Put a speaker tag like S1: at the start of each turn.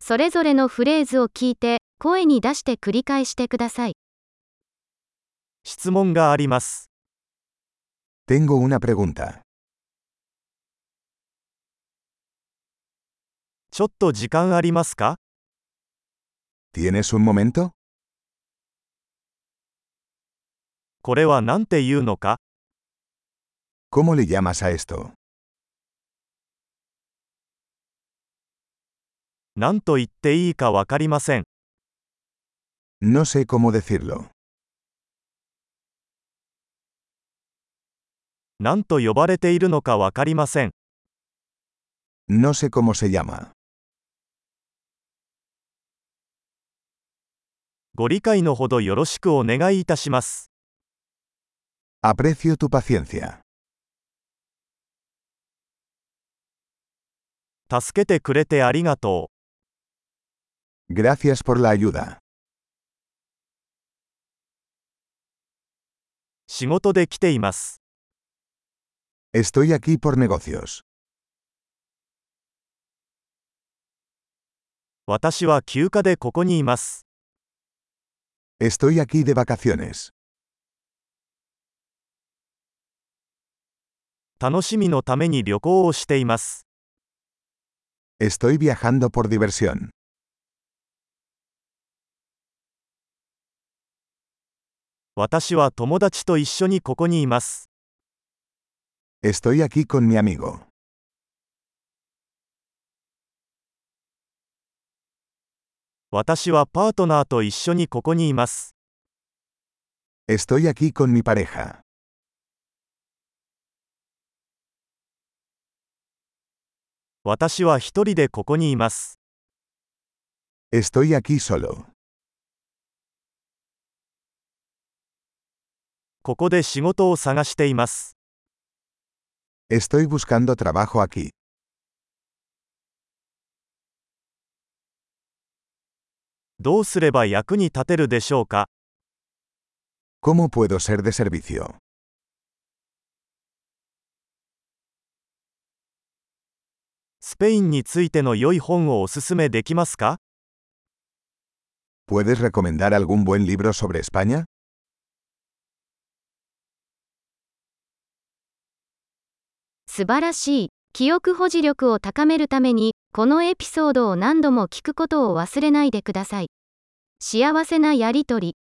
S1: それぞれのフレーズを聞いて、声に出して繰り返してください。
S2: 質問があります。
S3: Tengo una pregunta.
S2: ちょっと時間ありますか
S3: ¿Tienes un momento?
S2: これは何て言うのか
S3: ¿Cómo le llamas a esto?
S2: 何と言っていいかわかりません。
S3: No sé cómo decirlo.
S2: 何と呼ばれているのかわかりません。
S3: No sé cómo se llama.
S2: ご理解のほどよろしくお願いいたします。
S3: Aprecio tu paciencia.
S2: 助けてくれてありがと
S3: Gracias por la ayuda.
S2: う。仕事で来ています。
S3: Estoy aquí por negocios.
S2: 私は休暇でここにいます。
S3: Estoy aquí de vacaciones.
S2: 楽しみのために旅行をしています。
S3: Estoy viajando por diversión.
S2: 私は友達と一緒にここにいます。
S3: Estoy aquí con mi amigo.
S2: 私はパートナーと一緒にここにいます。
S3: Estoy aquí con mi pareja.
S2: 私は一人でここにいます。
S3: Estoy aquí solo.
S2: ここで仕事を探しています。
S3: Estoy buscando trabajo aquí.
S2: どうすれば役に立てるでしょうか
S3: ¿Cómo puedo ser de servicio?
S2: スペインについての良い本をおすすめできますか
S3: ¿Puedes recomendar algún buen libro sobre España?
S1: 素晴らしい。記憶保持力を高めるために、このエピソードを何度も聞くことを忘れないでください。幸せなやりとり。